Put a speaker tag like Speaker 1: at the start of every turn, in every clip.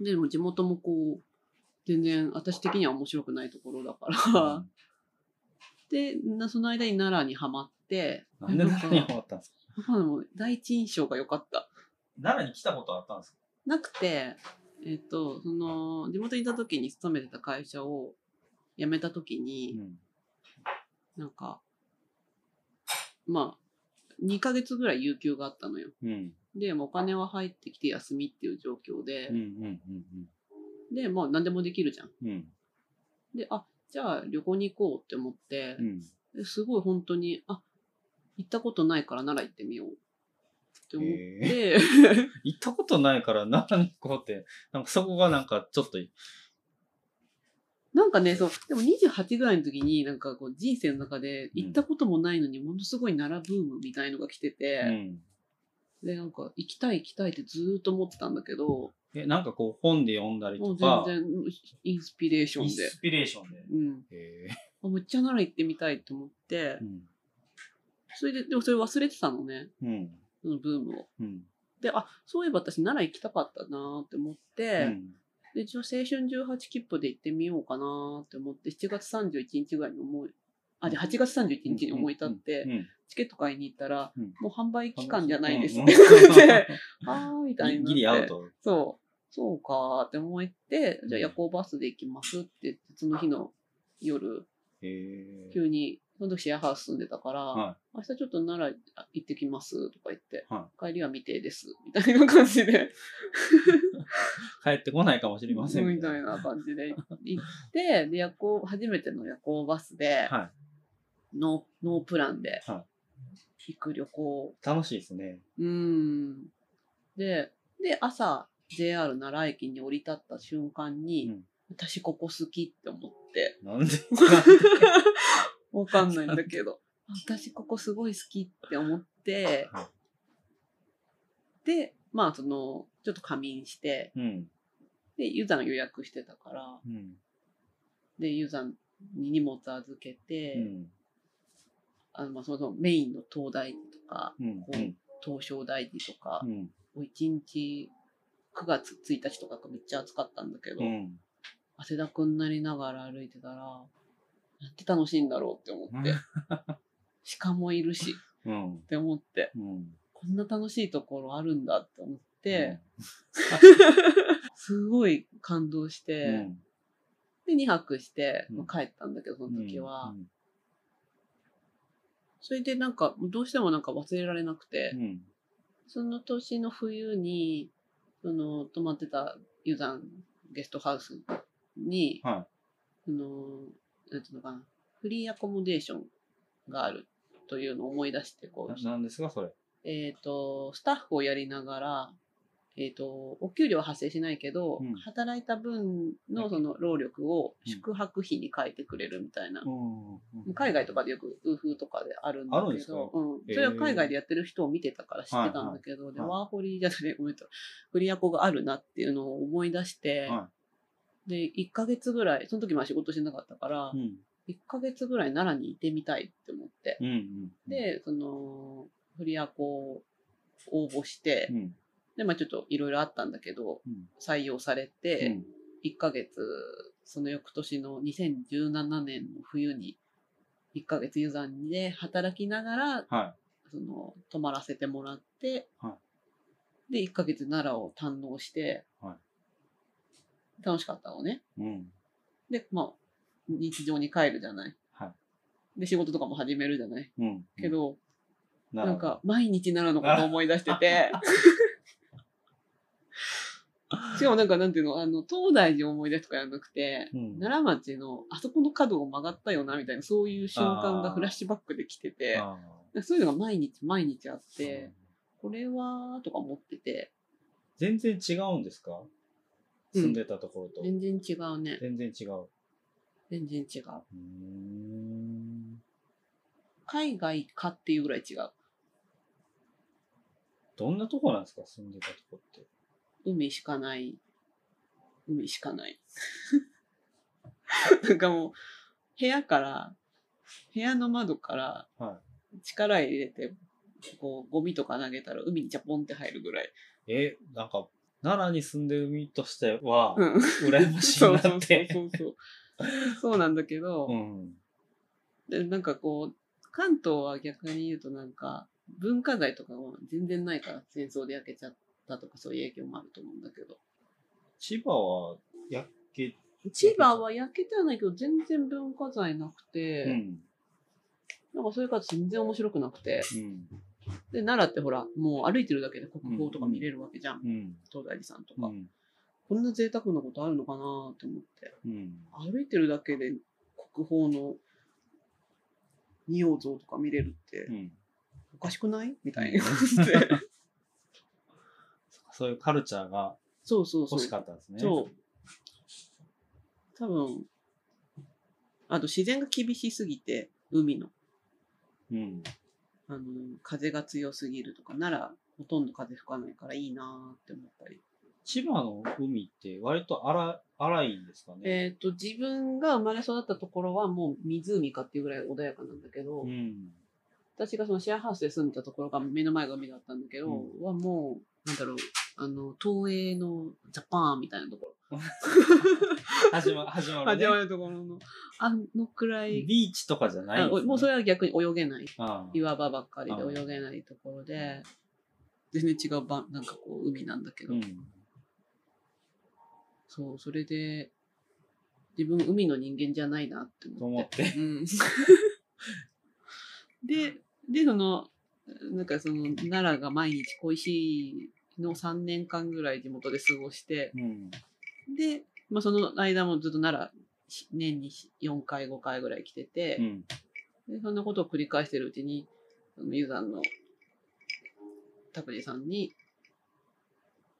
Speaker 1: でも地元もこう、全然私的には面白くないところ だから。で、なその間に奈良にはまって、
Speaker 2: なんで
Speaker 1: なん
Speaker 2: 奈
Speaker 1: か
Speaker 2: 良にハマったんですか
Speaker 1: やっぱでも第一印象が良かった。
Speaker 3: 奈良に来たことあったんですか
Speaker 1: なくて、えっ、と、その、地元にいた時に勤めてた会社を辞めた時に、なんか、まあ、2ヶ月ぐらい有給があったのよ。
Speaker 2: うん。うん。
Speaker 1: で、まあお金は入ってきて休みっていう状況で
Speaker 2: うん。う、ん。
Speaker 1: で、まあ何でもできるじゃん。
Speaker 2: うん。うん。
Speaker 1: で、あ、じゃあ旅行に行こうって思って
Speaker 2: う、ん。
Speaker 1: ですごい本当に、あ、行ったことないから奈良行ってみようって思っ
Speaker 2: え
Speaker 1: て、
Speaker 2: ー行ったことないから奈良に行こうって、なんかそこがなんかちょっと、
Speaker 1: なんかね、そう、でも28ぐらいの時に、なんかこう人生の中で行ったこともないのに、ものすごい奈良ブームみたいのが来て
Speaker 2: う
Speaker 1: て、
Speaker 2: ん。
Speaker 1: で、なんか行きたい行きたいってずーっと思ってたんだけど、
Speaker 2: え、なんかこう本で読んだり
Speaker 1: も
Speaker 2: と
Speaker 1: う
Speaker 2: か
Speaker 1: 全、然インスピレーショ
Speaker 3: イン
Speaker 1: ンで
Speaker 3: ス、ピレーションで。
Speaker 1: うん。
Speaker 2: え
Speaker 1: あ、めっちゃ奈良行ってみたいと思って
Speaker 2: ーう、ん。
Speaker 1: それで、でもそれ忘れてたのね、
Speaker 2: うん。
Speaker 1: そのブームを。
Speaker 2: うん。
Speaker 1: で、あ、そういえば私奈良行きたかったなーって思って、
Speaker 2: うん
Speaker 1: で、一応青春18切符で行ってみようかなって思って、7月31日ぐらいに思い、あ、で、8月31日に思い立って
Speaker 2: う、ん。
Speaker 1: チケット買いに行ったら、
Speaker 2: うん
Speaker 1: もう販売期間じゃないで す
Speaker 2: う
Speaker 1: っ
Speaker 2: ん
Speaker 1: て言われて、 あーみたいになって。
Speaker 2: ギリアウト。
Speaker 1: そう。そうかーって思って、じゃあ夜行バスで行きますって言って、その日の夜、
Speaker 2: えー
Speaker 1: 急に、その時シェアハウス住んでたから、
Speaker 2: は
Speaker 1: 明日ちょっと奈良行ってきますとか言って、
Speaker 2: は
Speaker 1: 帰りは未定です、みたいな感じで。
Speaker 2: 帰ってこないかもし れません
Speaker 1: みたいな感じで行って、で、夜行、初めての夜行バスで、
Speaker 2: は
Speaker 1: ノーノープランで
Speaker 2: は
Speaker 1: 行く旅行。
Speaker 2: い。楽しいですね。
Speaker 1: うん。で、で、朝、JR 奈良駅に降り立った瞬間に、
Speaker 2: うん
Speaker 1: 私ここ好きって思って、
Speaker 2: なん で
Speaker 1: わかんないんだけ ど、私ここすごい好きって思って、
Speaker 2: は
Speaker 1: で、まあその、ちょっと仮眠して、
Speaker 2: うん。
Speaker 1: で、湯山予約してたから、
Speaker 2: うん。
Speaker 1: で、ユーザーに荷物預けて、
Speaker 2: うん。
Speaker 1: あの、まあ、そのメインの東大寺とか、
Speaker 2: うん。うん。
Speaker 1: 東証大寺とか
Speaker 2: う、ん。
Speaker 1: もう1日、9月1日とかめっちゃ暑かったんだけど、
Speaker 2: うん。
Speaker 1: 汗だくになりながら歩いてたら、なんて楽しいんだろうって思って、鹿もいるし
Speaker 2: うん。
Speaker 1: って思って、
Speaker 2: うん。
Speaker 1: こんな楽しいところあるんだって思っ
Speaker 2: うん
Speaker 1: て、、すごい感動して、
Speaker 2: うん
Speaker 1: で、2泊して、
Speaker 2: うん
Speaker 1: まあ帰ったんだけど、その時は。
Speaker 2: うん
Speaker 1: それでなんか、どうしてもなんか忘れられなくて、
Speaker 2: うん
Speaker 1: その年の冬に、その、泊まってた湯山ゲストハウスに、
Speaker 2: は
Speaker 1: その、なんていうのかな、フリーアコモデーションがあるというのを思い出して、こ
Speaker 2: い。ななんですか、それ。
Speaker 1: う、えっ、と、スタッフをやりながら、えっ、と、お給料は発生しないけど、
Speaker 2: うん
Speaker 1: 働いた分のその労力を宿泊費に変えてくれるみたいな。
Speaker 2: うん
Speaker 1: 海外とかでよくウーフーとかであるんだ
Speaker 2: あるん
Speaker 1: け
Speaker 2: ですか
Speaker 1: ど、うん、それは海外でやってる人を見てたから知ってたんだけど、で、
Speaker 2: はい
Speaker 1: ワーホリじゃなくて、ごめんなさいフリアコがあるなっていうのを思い出して、
Speaker 2: は
Speaker 1: で、1ヶ月ぐらい、その時まだ仕事してなかったから、
Speaker 2: うん。
Speaker 1: 1ヶ月ぐらい奈良にいてみたいって思って、
Speaker 2: うん。うん、
Speaker 1: で、その、フリアコを応募して、
Speaker 2: うん。
Speaker 1: で、まあちょっといろいろあったんだけど、
Speaker 2: うん
Speaker 1: 採用されて、
Speaker 2: うん
Speaker 1: 1ヶ月、その翌年の2017年の冬に、1ヶ月湯山で働きながら、
Speaker 2: は
Speaker 1: その、泊まらせてもらって、
Speaker 2: は
Speaker 1: で、1ヶ月奈良を堪能して、
Speaker 2: は
Speaker 1: 楽しかったのね。
Speaker 2: い。うん。
Speaker 1: で、まあ、日常に帰るじゃない。
Speaker 2: は
Speaker 1: で、仕事とかも始めるじゃない。
Speaker 2: い。うん。
Speaker 1: けど、
Speaker 2: うん、
Speaker 1: なんか、毎日奈良のこと思い出してて。 しかもなんか、なんていうの、あの、東大寺を思い出すとかやんなくて、
Speaker 2: うん
Speaker 1: 奈良町のあそこの角を曲がったよな、みたいな、そういう瞬間
Speaker 2: あ
Speaker 1: が
Speaker 2: ー
Speaker 1: フラッシュバックできてて、
Speaker 2: あ
Speaker 1: そういうのが毎日毎日あっ
Speaker 2: ー、
Speaker 1: て、これは、とか思ってて、
Speaker 2: 全然違うんですか住んでたところと。
Speaker 1: 全然違うね。
Speaker 2: 全然違う。
Speaker 1: 全然違う。
Speaker 2: うーん。
Speaker 1: 海外かっていうぐらい違う。
Speaker 2: どんなとこなんですか住んでたとこって。
Speaker 1: 海しかない。海しかない。 なんかもう、部屋から、部屋の窓から
Speaker 2: は
Speaker 1: 力入れて、こう、ゴミとか投げたら海にジャポンって入るぐらい。
Speaker 2: い。え、なんか、奈良に住んでる身としては、
Speaker 1: うん。
Speaker 2: 羨ましい
Speaker 1: そ
Speaker 2: な
Speaker 1: う
Speaker 2: っ
Speaker 1: そうそう
Speaker 2: て。
Speaker 1: そうそう。そうなんだけど、
Speaker 2: うん。
Speaker 1: でなんかこう、関東は逆に言うとなんか、文化財とかも全然ないから戦争で焼けちゃったとかそういう影響もあると思うんだけど。
Speaker 2: 千葉は、やっけ、
Speaker 1: 千葉は焼けてはないけど、全然文化財なくて、
Speaker 2: うん。
Speaker 1: なんかそういう形全然面白くなくて。
Speaker 2: うん。
Speaker 1: で、奈良ってほら、もう歩いてるだけで国宝とか見れるわけじゃん。
Speaker 2: うん。
Speaker 1: 東大寺さんとか、
Speaker 2: うん。
Speaker 1: こんな贅沢なことあるのかなと思って。
Speaker 2: うん。
Speaker 1: 歩いてるだけで国宝の仁王像とか見れるって
Speaker 2: う、ん。
Speaker 1: おかしくないみたい な感じで。
Speaker 2: そういうカルチャーが
Speaker 1: そうそうそう。
Speaker 2: 欲しかったですね。
Speaker 1: そう。多分、あと自然が厳しすぎて、海の、
Speaker 2: う。うん。
Speaker 1: あの、風が強すぎるとかなら、ほとんど風吹かないからいいなーって思ったり。
Speaker 2: 千葉の海って割と荒荒いんですかね。
Speaker 1: えっ、と、自分が生まれ育ったところはもう湖かっていうぐらい穏やかなんだけど、
Speaker 2: うん。
Speaker 1: 私がそのシェアハウスで住んでたところが目の前が海だったんだけど、
Speaker 2: うん
Speaker 1: はもう、なんだろう、あの、東映のジャパンみたいなところ。
Speaker 2: 始ま始まる、ね。
Speaker 1: 始まるところの、あのくらい、
Speaker 2: ビーチとかじゃない
Speaker 1: あ
Speaker 2: んですね、
Speaker 1: もうそれは逆に泳げない。
Speaker 2: ああ
Speaker 1: 岩場ばっかりで泳げないところで、全然違うば、なんかこう、海なんだけど、
Speaker 2: うん。
Speaker 1: そう、それで、自分海の人間じゃないなって
Speaker 2: と
Speaker 1: 思
Speaker 2: 思
Speaker 1: っ。
Speaker 2: ってて。
Speaker 1: うん、 で、で、その、なんかその、奈良が毎日恋しいの3年間ぐらい地元で過ごして、
Speaker 2: うん。
Speaker 1: で、まあその間もずっと奈良、し年に4回5回ぐらい来てて、
Speaker 2: うん。
Speaker 1: でそんなことを繰り返してるうちに、あのユザンの拓司さんに、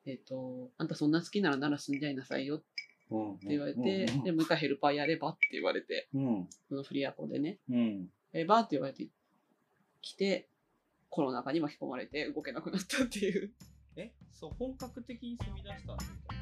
Speaker 1: えっ、と、あんたそんな好きなら奈良住んじゃいなさいよって
Speaker 2: うん。って
Speaker 1: 言われて、で、もう一回ヘルパーやればって言われて、
Speaker 2: うん。
Speaker 1: そのフリアコでね、
Speaker 2: うん。
Speaker 1: やればって言われて来て、コロナ禍に巻き込まれて動けなくなったっていう。
Speaker 2: えそう本格的に住み出したんですか